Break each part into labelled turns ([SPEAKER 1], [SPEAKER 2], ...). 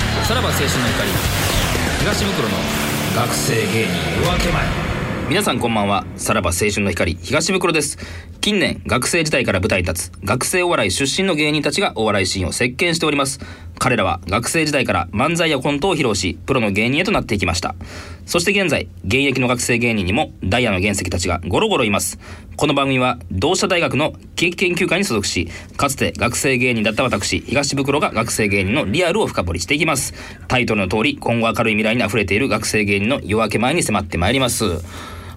[SPEAKER 1] 青春の光東袋の学生芸人夜明け前皆さんこんばんはさらば青春の光東袋です近年学生時代から舞台に立つ学生お笑い出身の芸人たちがお笑いシーンを席巻しております彼らは学生時代から漫才やコントを披露しプロの芸人へとなっていきましたそして現在現役の学生芸人にもダイヤの原石たちがゴロゴロいますこの番組は同志社大学の景気研究会に所属しかつて学生芸人だった私東袋が学生芸人のリアルを深掘りしていきますタイトルの通り今後明るい未来にあふれている学生芸人の夜明け前に迫ってまいります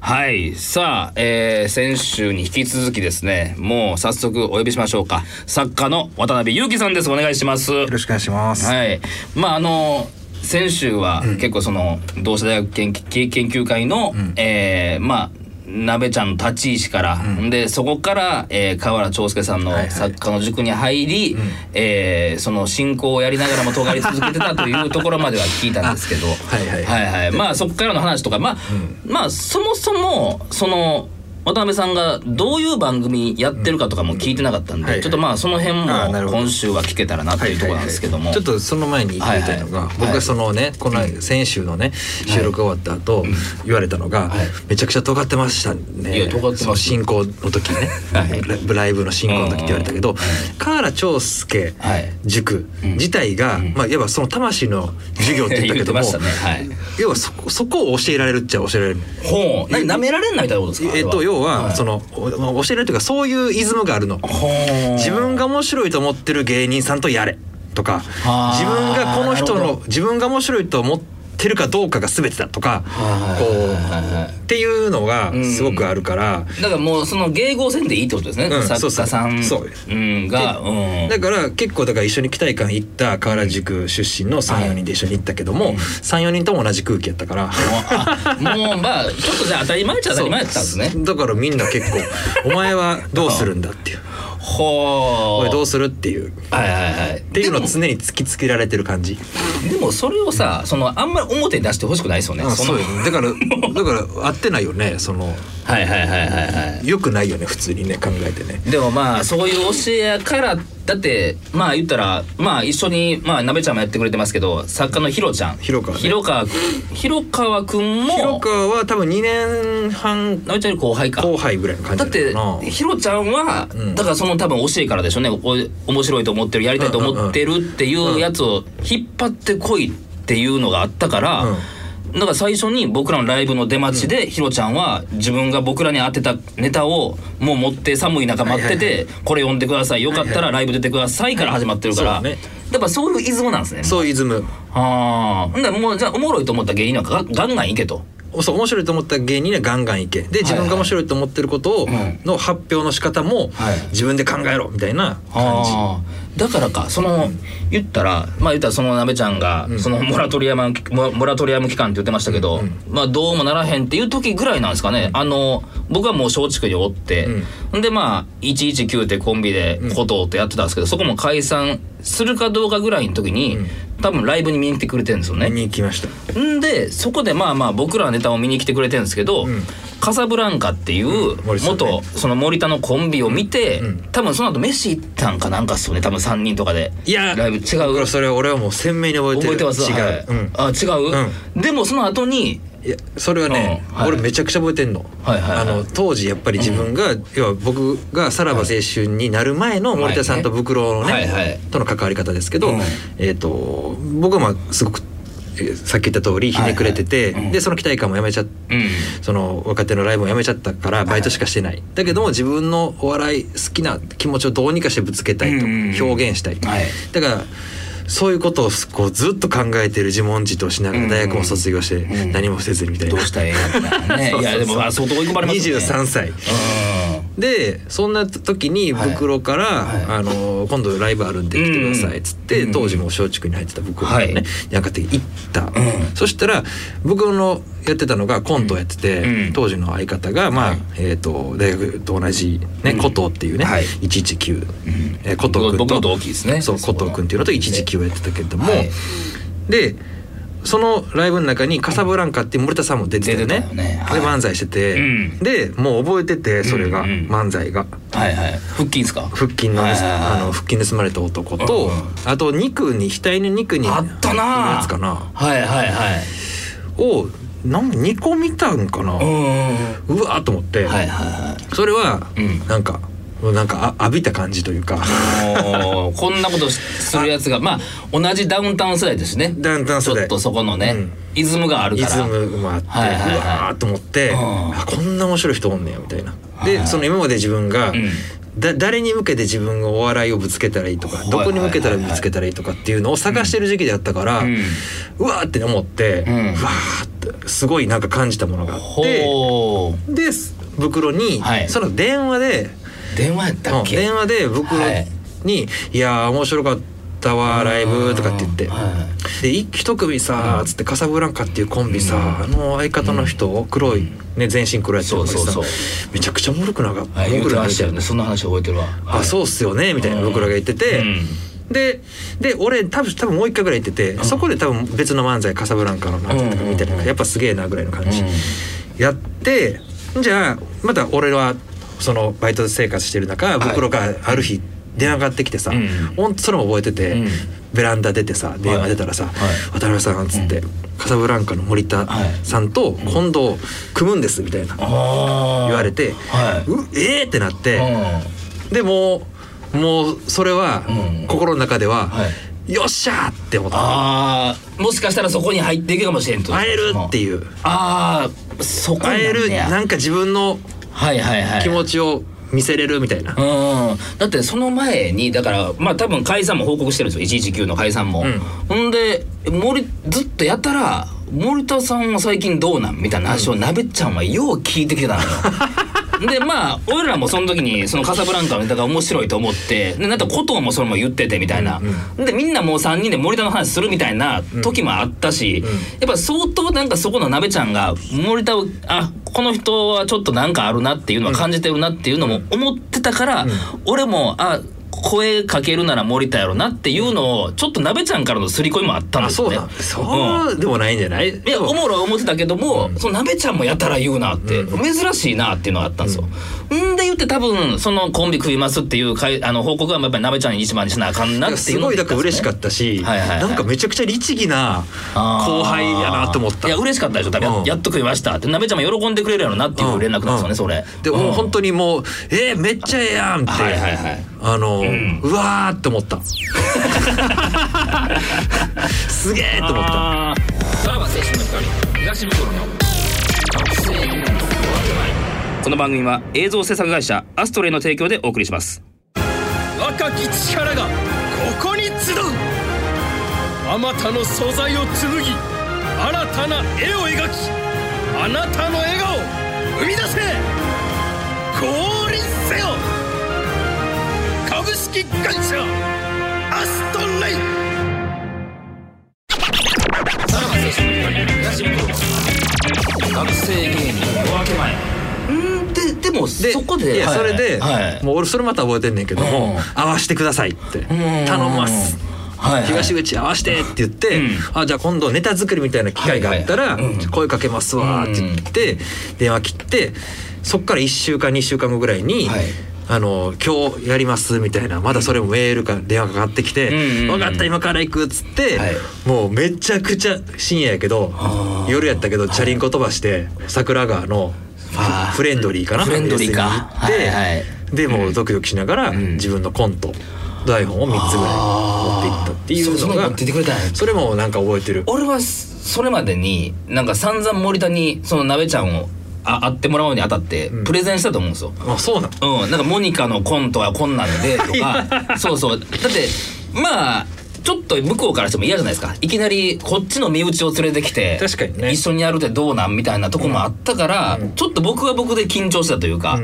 [SPEAKER 1] はいさあ、えー、先週に引き続きですねもう早速お呼びしましょうか作家の渡辺裕樹さんですお願いします
[SPEAKER 2] よろしくお願いします。
[SPEAKER 1] はい、まああの先週は結構その同志社大学研究研究会の、えーまあ鍋ちゃんの立ち位置から、でそこから、えー、河原長介さんの
[SPEAKER 2] はいはい
[SPEAKER 1] 作家の塾に入り、えーその進行をやりながらも尖り続けてたというところまでは聞いたんですけど
[SPEAKER 2] はいはい
[SPEAKER 1] はいはいまあそこからの話とかまあ、まあそもそもその渡辺さんがどういう番組やってるかとかも聞いてなかったんで、
[SPEAKER 2] はいはい
[SPEAKER 1] ちょっとまあその辺も
[SPEAKER 2] あーなるほど
[SPEAKER 1] 今週は聞けたらなというところなんですけども、
[SPEAKER 2] ちょっとその前に言いたいのが、
[SPEAKER 1] はいはい
[SPEAKER 2] 僕がそのね、この先週のね、収録終わった後、言われたのが、
[SPEAKER 1] はい
[SPEAKER 2] めちゃくちゃ尖ってましたね。
[SPEAKER 1] いや尖ってます
[SPEAKER 2] その進行の時ね、
[SPEAKER 1] はい
[SPEAKER 2] ラライブの進行の時って言われたけど、河原長介
[SPEAKER 1] はい
[SPEAKER 2] 塾自体が、まあいわばその魂の授業って言ったけども、
[SPEAKER 1] 言ってましたねはい
[SPEAKER 2] 要はそこそこを教えられるっちゃ教えられる。
[SPEAKER 1] ほう、な舐められんないみたいなことですか。
[SPEAKER 2] えっ
[SPEAKER 1] あ
[SPEAKER 2] と
[SPEAKER 1] れは
[SPEAKER 2] 要はその、おお教えられるというかそういうイズムがあるの。
[SPEAKER 1] ほう、
[SPEAKER 2] 自分が面白いと思ってる芸人さんとやれとか
[SPEAKER 1] あー
[SPEAKER 2] 自分がこの人
[SPEAKER 1] なる
[SPEAKER 2] の
[SPEAKER 1] ほ
[SPEAKER 2] 自分が面白いと思ってるかどうかが全てだとか
[SPEAKER 1] はい
[SPEAKER 2] こ
[SPEAKER 1] はいはいはいう
[SPEAKER 2] っていうのがすごくあるから、
[SPEAKER 1] だからもうその迎合せんでいいってことですね。
[SPEAKER 2] うん
[SPEAKER 1] 作家さん
[SPEAKER 2] そうそうそ
[SPEAKER 1] う
[SPEAKER 2] う
[SPEAKER 1] んが、うん、
[SPEAKER 2] だから結構だから一緒に期待感行った河原塾出身の
[SPEAKER 1] はい
[SPEAKER 2] 34人で一緒に行ったけども34人とも同じ空気やったから。
[SPEAKER 1] もうあもうまあちょっとじゃあ当たり前っちゃ当たり前やったんですね。
[SPEAKER 2] そうだからみんな結 構「お前はどうするんだ」っていう「
[SPEAKER 1] ほ
[SPEAKER 2] お
[SPEAKER 1] う。
[SPEAKER 2] いどうする?」っていうっ
[SPEAKER 1] はいはいはい。
[SPEAKER 2] ていうのを
[SPEAKER 1] でも
[SPEAKER 2] 常に突きつけられてる感じ。
[SPEAKER 1] でもそれをさ、そのあんまり表に出してほしくないですよね。
[SPEAKER 2] あ
[SPEAKER 1] その
[SPEAKER 2] そうよねだからだから合ってないよねその
[SPEAKER 1] はいはいはいはいはい。
[SPEAKER 2] よくないよね普通にね考えてね
[SPEAKER 1] でもまあそういう教えやからだってまあ言ったらまあ一緒にまあ鍋ちゃんもやってくれてますけど作家のひろちゃん
[SPEAKER 2] 広川ね
[SPEAKER 1] 広川くん広川くんも
[SPEAKER 2] 広川は多分2年半
[SPEAKER 1] 鍋ちゃんより後輩か
[SPEAKER 2] 後輩ぐらいの感じ
[SPEAKER 1] だ
[SPEAKER 2] な
[SPEAKER 1] っ
[SPEAKER 2] のか
[SPEAKER 1] て
[SPEAKER 2] な
[SPEAKER 1] ひろちゃんは、
[SPEAKER 2] うん
[SPEAKER 1] だからその多分教えからでしょうねお面白いと思ってるやりたいと思ってるっていうやつを引っ張ってこいっていうのがあったから、だから最初に僕らのライブの出待ちで、ひろちゃんは自分が僕らに当てたネタをもう持って寒い中待ってて、
[SPEAKER 2] はい
[SPEAKER 1] これ読んでくださいよかったらライブ出てくださいから始まってるから、
[SPEAKER 2] そうだね
[SPEAKER 1] だからそういうイズムなんですね
[SPEAKER 2] そういうイズム
[SPEAKER 1] ああほんならもうじゃあおもろいと思った芸人なんかがガンガンいけと
[SPEAKER 2] そう面白いと思った芸人にはガンガンいけで自分が面白いと思ってることを
[SPEAKER 1] はいはいうん
[SPEAKER 2] の発表の仕方も
[SPEAKER 1] はい
[SPEAKER 2] 自分で考えろみたいな感じ
[SPEAKER 1] あーだからかその、言ったらまあ言ったらそのなべちゃんが、そのモラトリアムモモラトリアム期間って言ってましたけど、まあどうもならへんっていう時ぐらいなんですかね、あの僕はもう松竹におって、ん、でまあ119ってコンビでコトーってやってたんですけど、そこも解散するかどうかぐらいの時に、多分ライブに見に来てくれてるんですよね。
[SPEAKER 2] に行きました
[SPEAKER 1] んでそこでまあまあ僕らのネタを見に来てくれてるんですけど、カサブランカっていう
[SPEAKER 2] 森さんね
[SPEAKER 1] 元その森田のコンビを見て、多分その後飯行ったんかなんかっすよね多分3人とかで
[SPEAKER 2] いや
[SPEAKER 1] ライブ違
[SPEAKER 2] だから
[SPEAKER 1] う
[SPEAKER 2] それは俺はもう鮮明に覚え
[SPEAKER 1] 覚
[SPEAKER 2] て
[SPEAKER 1] え
[SPEAKER 2] る
[SPEAKER 1] てます
[SPEAKER 2] 違う、
[SPEAKER 1] はい
[SPEAKER 2] うん
[SPEAKER 1] あ違う、でもその後に
[SPEAKER 2] いやそれはね、
[SPEAKER 1] うんはい
[SPEAKER 2] 俺めちゃくちゃ覚えてんの,、
[SPEAKER 1] はいはいはい
[SPEAKER 2] あの当時やっぱり自分が、要は僕がさらば青春になる前の森田さんとブクロのね、
[SPEAKER 1] はいはい
[SPEAKER 2] との関わり方ですけど、
[SPEAKER 1] うん
[SPEAKER 2] えっ、と僕はまあすごく、えーさっき言った通りひねくれてて、
[SPEAKER 1] はいはいうん
[SPEAKER 2] でその期待感もやめちゃっ
[SPEAKER 1] うん
[SPEAKER 2] その若手のライブをやめちゃったからバイトしかしてない、だけども自分のお笑い好きな気持ちをどうにかしてぶつけたいと、
[SPEAKER 1] うんうんうん
[SPEAKER 2] 表現したい、
[SPEAKER 1] はい
[SPEAKER 2] だからそういうことをこうずっと考えてる自問自答しながら大学も卒業して
[SPEAKER 1] ん
[SPEAKER 2] 何もせずにみたいな、
[SPEAKER 1] どうしたらええやったね
[SPEAKER 2] そうそうそう
[SPEAKER 1] いやでもまあ相当追い込まれますよね
[SPEAKER 2] 23歳
[SPEAKER 1] うん
[SPEAKER 2] でそんな時に袋から、
[SPEAKER 1] はいはい
[SPEAKER 2] あの今度ライブあるんで来てください」っつって、
[SPEAKER 1] うん
[SPEAKER 2] 当時もう松竹に入ってた袋がね、
[SPEAKER 1] はい
[SPEAKER 2] なんかって行った、そしたら僕のやってたのがコントをやってて、
[SPEAKER 1] うん
[SPEAKER 2] 当時の相方が、まあえー、と大学と同じ、ねコトーっていうね、
[SPEAKER 1] はい
[SPEAKER 2] 119、えー、コトー
[SPEAKER 1] 僕
[SPEAKER 2] 君
[SPEAKER 1] 僕の
[SPEAKER 2] と
[SPEAKER 1] 同期ですね
[SPEAKER 2] そうコトー君っていうのと119をやってたけれども、
[SPEAKER 1] はい
[SPEAKER 2] でそのライブの中に「カサブランカ」っていう森田さんも出てて
[SPEAKER 1] 出て
[SPEAKER 2] ね
[SPEAKER 1] たよねはい
[SPEAKER 2] で漫才してて、
[SPEAKER 1] うん
[SPEAKER 2] でもう覚えててそれが、
[SPEAKER 1] うんうん
[SPEAKER 2] 漫才が。
[SPEAKER 1] はいはい腹筋ですか
[SPEAKER 2] 腹筋の,、
[SPEAKER 1] はいはいはい
[SPEAKER 2] あの腹筋盗まれた男と、
[SPEAKER 1] うん
[SPEAKER 2] あと肉に額の肉に
[SPEAKER 1] あったな
[SPEAKER 2] やつかな
[SPEAKER 1] はいはいはい
[SPEAKER 2] をなん2個見たんかな、
[SPEAKER 1] う
[SPEAKER 2] うんわーっと思って、
[SPEAKER 1] はいはいはい
[SPEAKER 2] それは、
[SPEAKER 1] うん
[SPEAKER 2] なんかもうなんかあ浴びた感じというか
[SPEAKER 1] もうこんなことしするやつがまあ同じダウンタウン世代ですしね
[SPEAKER 2] ダウンタウン世代
[SPEAKER 1] ちょっとそこのね、
[SPEAKER 2] うん
[SPEAKER 1] イズムがある
[SPEAKER 2] リ
[SPEAKER 1] から
[SPEAKER 2] ズムもあって、
[SPEAKER 1] はいはいはいう
[SPEAKER 2] わーっと思って、
[SPEAKER 1] うん
[SPEAKER 2] あこんな面白い人おんねやみたいな。
[SPEAKER 1] はいは
[SPEAKER 2] で
[SPEAKER 1] い
[SPEAKER 2] その今まで自分が、
[SPEAKER 1] うん
[SPEAKER 2] だ誰に向けて自分がお笑いをぶつけたらいいとか
[SPEAKER 1] はい
[SPEAKER 2] どこに向けたらぶつけたらいいとかっていうのを探してる時期であったから、
[SPEAKER 1] うん
[SPEAKER 2] うわーって思って、
[SPEAKER 1] う
[SPEAKER 2] うんわーってすごいなんか感じたものがあって
[SPEAKER 1] ほ
[SPEAKER 2] で袋に、
[SPEAKER 1] はい
[SPEAKER 2] その電話で、
[SPEAKER 1] う電話やった
[SPEAKER 2] う
[SPEAKER 1] っ
[SPEAKER 2] ん
[SPEAKER 1] け、
[SPEAKER 2] 電話で袋
[SPEAKER 1] はい
[SPEAKER 2] に「いやー面白かったわーライブ」とかって言って。
[SPEAKER 1] は
[SPEAKER 2] で一一組さつってカサブランカっていうコンビさ、
[SPEAKER 1] うん
[SPEAKER 2] あの相方の人黒い、ね、全身黒いやつの子にさ
[SPEAKER 1] そうそうそ
[SPEAKER 2] めちゃくちゃおもろくなかっ
[SPEAKER 1] い、はい、
[SPEAKER 2] お
[SPEAKER 1] 言
[SPEAKER 2] も
[SPEAKER 1] う
[SPEAKER 2] ろ
[SPEAKER 1] て
[SPEAKER 2] くなか
[SPEAKER 1] ま
[SPEAKER 2] っ
[SPEAKER 1] したよねそんな話覚えてるわ
[SPEAKER 2] あそうっすよねみたいな
[SPEAKER 1] うん
[SPEAKER 2] 僕らが言ってて、
[SPEAKER 1] うん
[SPEAKER 2] でで俺多分多分もう一回ぐらい言ってて、そこで多分別の漫才カサブランカの漫才とか見たりとか、
[SPEAKER 1] うん
[SPEAKER 2] やっぱすげえなぐらいの感じ、
[SPEAKER 1] うん
[SPEAKER 2] やってじゃあまた俺はそのバイト生活してる中袋がある日電話がかかってきてさ、
[SPEAKER 1] うん
[SPEAKER 2] ほんとそれも覚えてて、
[SPEAKER 1] うん
[SPEAKER 2] ベランダ出てさ電話出たらさ
[SPEAKER 1] は
[SPEAKER 2] 「
[SPEAKER 1] い
[SPEAKER 2] 渡辺さん」っつって、カサブランカの森田さんと今度組むんです」みたいな
[SPEAKER 1] あー
[SPEAKER 2] 言われて「
[SPEAKER 1] はいう
[SPEAKER 2] えー!」ってなって。
[SPEAKER 1] う
[SPEAKER 2] でもうもうそれは
[SPEAKER 1] うん
[SPEAKER 2] 心の中では、
[SPEAKER 1] は
[SPEAKER 2] よっしゃーって思った
[SPEAKER 1] あーもしかしたらそこに入っていくかもしれんと
[SPEAKER 2] 会えるって
[SPEAKER 1] う
[SPEAKER 2] いう
[SPEAKER 1] ああそこに
[SPEAKER 2] 会える
[SPEAKER 1] な
[SPEAKER 2] なんんか自分の
[SPEAKER 1] はいはいはい
[SPEAKER 2] 気持ちを見せれるみたいな、
[SPEAKER 1] うん、だってその前にだからまあ多分解散も報告してるんですよ119の解散も、
[SPEAKER 2] うん
[SPEAKER 1] ほんで森ずっとやったら森田さんは最近どうなんみたいな話をなべちゃんはよう聞いてきてたのよ でまあ俺らもその時にその「カサブランカ」のネタが面白いと思ってでなんか古藤もそれも言っててみたいな、でみんなもう3人で森田の話するみたいな時もあったし、
[SPEAKER 2] ん
[SPEAKER 1] やっぱ相当なんかそこのなべちゃんが森田をあこの人はちょっとなんかあるなっていうのは感じてるなっていうのも思ってたから、俺もあ声かけるなら森田やろなっていうのをちょっとなべちゃんからの刷り込みもあったん
[SPEAKER 2] あ
[SPEAKER 1] です
[SPEAKER 2] そ
[SPEAKER 1] よ
[SPEAKER 2] う
[SPEAKER 1] ね。
[SPEAKER 2] なんそ
[SPEAKER 1] うん
[SPEAKER 2] うでもないんじゃない、
[SPEAKER 1] いやおもろい思ってたけども、その鍋ちゃんもやたら言うなって、珍しいなっていうのがあったんですよ。んで言って多分そのコンビ組みますっていうかいあの報告はやっぱり鍋ちゃんに一番にしなあかんな
[SPEAKER 2] な
[SPEAKER 1] っ
[SPEAKER 2] んか
[SPEAKER 1] てい
[SPEAKER 2] す
[SPEAKER 1] うの
[SPEAKER 2] ご
[SPEAKER 1] を
[SPEAKER 2] い
[SPEAKER 1] 言
[SPEAKER 2] だ
[SPEAKER 1] っ
[SPEAKER 2] か
[SPEAKER 1] た
[SPEAKER 2] ら
[SPEAKER 1] んで
[SPEAKER 2] 嬉
[SPEAKER 1] すよ
[SPEAKER 2] し
[SPEAKER 1] ね
[SPEAKER 2] かったし、
[SPEAKER 1] はいはいはい
[SPEAKER 2] なんかめちゃくちゃ律儀な後輩やなと思った
[SPEAKER 1] いや嬉しかったでしょ多分や,、
[SPEAKER 2] うん
[SPEAKER 1] やっと食いましたってなべちゃんも喜んでくれるやろなっていう連絡なんですよね、それ
[SPEAKER 2] でもう本
[SPEAKER 1] 当
[SPEAKER 2] 当にもう「えー、めっちゃええやん」って、
[SPEAKER 1] はいはいはい
[SPEAKER 2] あの、うんわーって思った すげえと思った
[SPEAKER 1] さらば青春の光東袋の学生ユニットこの番組は映像制作会社アストレイの提供でお送りします
[SPEAKER 3] 若き力がここに集うあまたの素材を紡ぎ新たな絵を描きあなたの笑顔を生み出せ降臨せよ株式会社アストレイ
[SPEAKER 1] さらば青春の光東袋の学生芸人夜明け前うんででも
[SPEAKER 2] で
[SPEAKER 1] そこで
[SPEAKER 2] いやそれで、
[SPEAKER 1] はい
[SPEAKER 2] もう俺それまた覚えてんねんけども、
[SPEAKER 1] うん
[SPEAKER 2] 合わしてくださいって
[SPEAKER 1] うん
[SPEAKER 2] 頼みます
[SPEAKER 1] はいはい
[SPEAKER 2] 東口合わしてって言って、
[SPEAKER 1] うん
[SPEAKER 2] あじゃあ今度ネタ作りみたいな機会があったら
[SPEAKER 1] はいはいうん
[SPEAKER 2] 声かけますわって言って電話切ってそっから1週間2週間後ぐらいに、
[SPEAKER 1] はい
[SPEAKER 2] あの今日やりますみたいなまだそれもメールか電話かかってきて
[SPEAKER 1] うんうんうん
[SPEAKER 2] 「分かった今から行く」っつって、
[SPEAKER 1] はい
[SPEAKER 2] もうめちゃくちゃ深夜やけど
[SPEAKER 1] あー
[SPEAKER 2] 夜やったけどチャリンコ飛ばして桜川の
[SPEAKER 1] あー
[SPEAKER 2] フレンドリーかな
[SPEAKER 1] フレンドリーか
[SPEAKER 2] 要するに行って、
[SPEAKER 1] はいはい
[SPEAKER 2] でもうドキドキしながら
[SPEAKER 1] ん
[SPEAKER 2] 自分のコント台本を3つぐらい持っていったっていうの
[SPEAKER 1] あーそうそんなの
[SPEAKER 2] が
[SPEAKER 1] 持っててくれたんや
[SPEAKER 2] それもなんか覚えてる
[SPEAKER 1] 俺はそれまでになんか散々森田にその鍋ちゃんをあ会ってもらうにあたって
[SPEAKER 2] ん
[SPEAKER 1] プレゼンしたと思うんですよ。
[SPEAKER 2] あそうなん
[SPEAKER 1] うん、なんかモニカのコントはこんなんでとかそうそうだってまあちょっと向こうからしても嫌じゃないですかいきなりこっちの身内を連れてきて
[SPEAKER 2] 確かにね
[SPEAKER 1] 一緒にやるってどうなんみたいなとこもあったから、ちょっと僕は僕で緊張してたというか、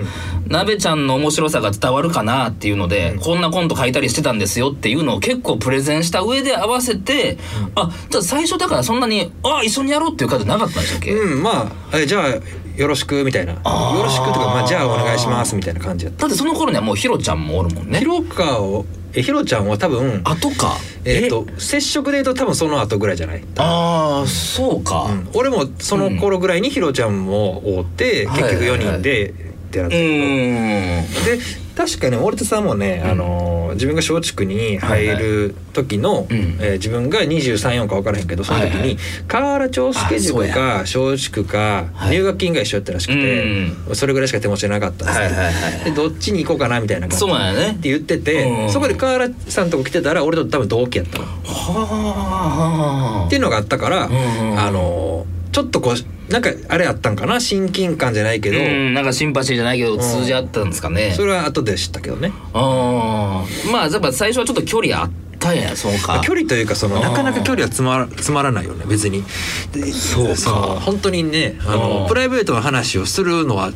[SPEAKER 1] 鍋ちゃんの面白さが伝わるかなっていうので、こんなコント書いたりしてたんですよっていうのを結構プレゼンした上で合わせて、あじゃあ最初だからそんなにあ一緒にやろうっていう感じなかったんでしたっけ、
[SPEAKER 2] うんまあえじゃあよろしくみたいなよ
[SPEAKER 1] あー
[SPEAKER 2] ろしくとかまあじゃあお願いしますみたいな感じやった
[SPEAKER 1] だってその頃にはもうヒロちゃんもおるもんね。
[SPEAKER 2] 広川をえひろちゃんは多分
[SPEAKER 1] 後か
[SPEAKER 2] えっ、と接触で言うと多分その後ぐらいじゃない
[SPEAKER 1] ああそうか、
[SPEAKER 2] うん俺もその頃ぐらいにひろちゃんも追って、
[SPEAKER 1] うん
[SPEAKER 2] 結局
[SPEAKER 1] はいはいは
[SPEAKER 2] 4
[SPEAKER 1] い
[SPEAKER 2] 人でってなっ
[SPEAKER 1] う
[SPEAKER 2] て、
[SPEAKER 1] ーん
[SPEAKER 2] で確かに森田さんもね、
[SPEAKER 1] うん
[SPEAKER 2] あのー自分が松竹に入る時の、
[SPEAKER 1] いうん
[SPEAKER 2] えー自分が234か分からへんけどその時
[SPEAKER 1] はいはい
[SPEAKER 2] に河原町助塾か松竹か
[SPEAKER 1] はい
[SPEAKER 2] 入学金が一緒やったらしくて、それぐらいしか手持ちなかったんです
[SPEAKER 1] はい
[SPEAKER 2] よ、
[SPEAKER 1] はい
[SPEAKER 2] で
[SPEAKER 1] は
[SPEAKER 2] どっちに行こうかなみたいない感じ
[SPEAKER 1] そうなんや
[SPEAKER 2] っ
[SPEAKER 1] ね
[SPEAKER 2] て言ってて、
[SPEAKER 1] うん
[SPEAKER 2] そこで河原さんとこ来てたら俺と多分同期やったのっ
[SPEAKER 1] はあ
[SPEAKER 2] ていうのがあったから、
[SPEAKER 1] うん
[SPEAKER 2] あのーちょっとこうなんかあれあったんかな親近感じゃないけど、
[SPEAKER 1] うんなんかシンパシーじゃないけど
[SPEAKER 2] ん
[SPEAKER 1] 通じ合ったんですかね、
[SPEAKER 2] それは後で知ったけどね。
[SPEAKER 1] ああまあやっぱ最初はちょっと距離あったんやそうか
[SPEAKER 2] 距離というかその
[SPEAKER 1] あー
[SPEAKER 2] なかなか距離はつまらつまらないよね別にで
[SPEAKER 1] そうか
[SPEAKER 2] 本当にねあの
[SPEAKER 1] うん
[SPEAKER 2] プライベートの話をするのは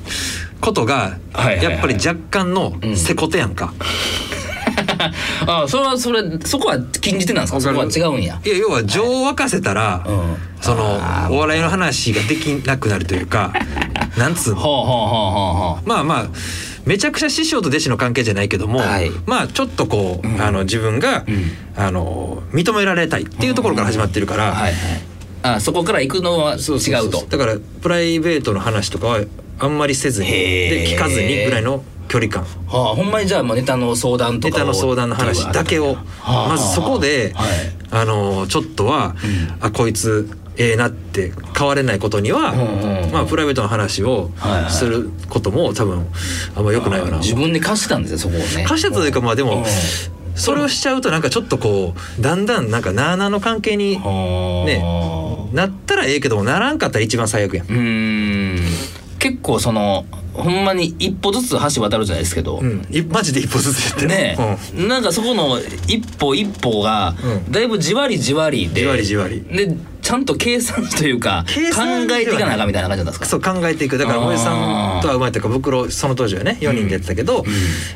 [SPEAKER 2] ことが
[SPEAKER 1] はいはいはい
[SPEAKER 2] やっぱり若干の
[SPEAKER 1] うん
[SPEAKER 2] せこてやんか、
[SPEAKER 1] ああそれはそれそこは禁じてなんですかそこは違うんや
[SPEAKER 2] いや要は情を沸かせたら、
[SPEAKER 1] うん
[SPEAKER 2] その
[SPEAKER 1] あー
[SPEAKER 2] お笑いの話ができなくなるとい うかなんつうの
[SPEAKER 1] ほうほうほうほうほう
[SPEAKER 2] まあまあめちゃくちゃ師匠と弟子の関係じゃないけども、
[SPEAKER 1] はい
[SPEAKER 2] まあちょっとこう、
[SPEAKER 1] うん
[SPEAKER 2] あの自分が、
[SPEAKER 1] ん
[SPEAKER 2] あの認められたいっていうところから始まってるから、
[SPEAKER 1] はいはいあそこから行くのは違うと
[SPEAKER 2] そうそうそうだからプライベートの話とかはあんまりせずに
[SPEAKER 1] へー
[SPEAKER 2] で聞かずにぐらいの距離感
[SPEAKER 1] はあほんまにじゃあもうネタの相談と
[SPEAKER 2] ネ
[SPEAKER 1] かを
[SPEAKER 2] タの相談の話だけを
[SPEAKER 1] あ
[SPEAKER 2] まずそこで、
[SPEAKER 1] はい
[SPEAKER 2] あのちょっとは、あこいつええなって変われないことには、
[SPEAKER 1] うんうん
[SPEAKER 2] まあ、プライベートの話を
[SPEAKER 1] はいはい
[SPEAKER 2] することも多分あんま良くないよな。
[SPEAKER 1] 自分で貸したんですよそこをね
[SPEAKER 2] 貸してたというかまあで
[SPEAKER 1] う
[SPEAKER 2] も
[SPEAKER 1] ん
[SPEAKER 2] それをしちゃうとなんかちょっとこうだんだんなんかなあなあの関係に
[SPEAKER 1] ね
[SPEAKER 2] なったらええけどもならんかったら一番最悪やん。
[SPEAKER 1] うーん結構そのほんまに一歩ずつ橋渡るじゃないですけど、
[SPEAKER 2] うん、いマジで一歩ずつやってる
[SPEAKER 1] ね
[SPEAKER 2] うん
[SPEAKER 1] なんかそこの一歩一歩が
[SPEAKER 2] うん
[SPEAKER 1] だいぶじわりじわりで
[SPEAKER 2] じわりじわり
[SPEAKER 1] でちゃんと計算というか
[SPEAKER 2] 計
[SPEAKER 1] 考
[SPEAKER 2] 算ではな
[SPEAKER 1] え
[SPEAKER 2] い
[SPEAKER 1] ていかなあかんみたいな感じなんですか
[SPEAKER 2] そう考えていくだから
[SPEAKER 1] あー
[SPEAKER 2] 森さんとはうまいというか袋その当時はね4人でやってたけど、
[SPEAKER 1] ん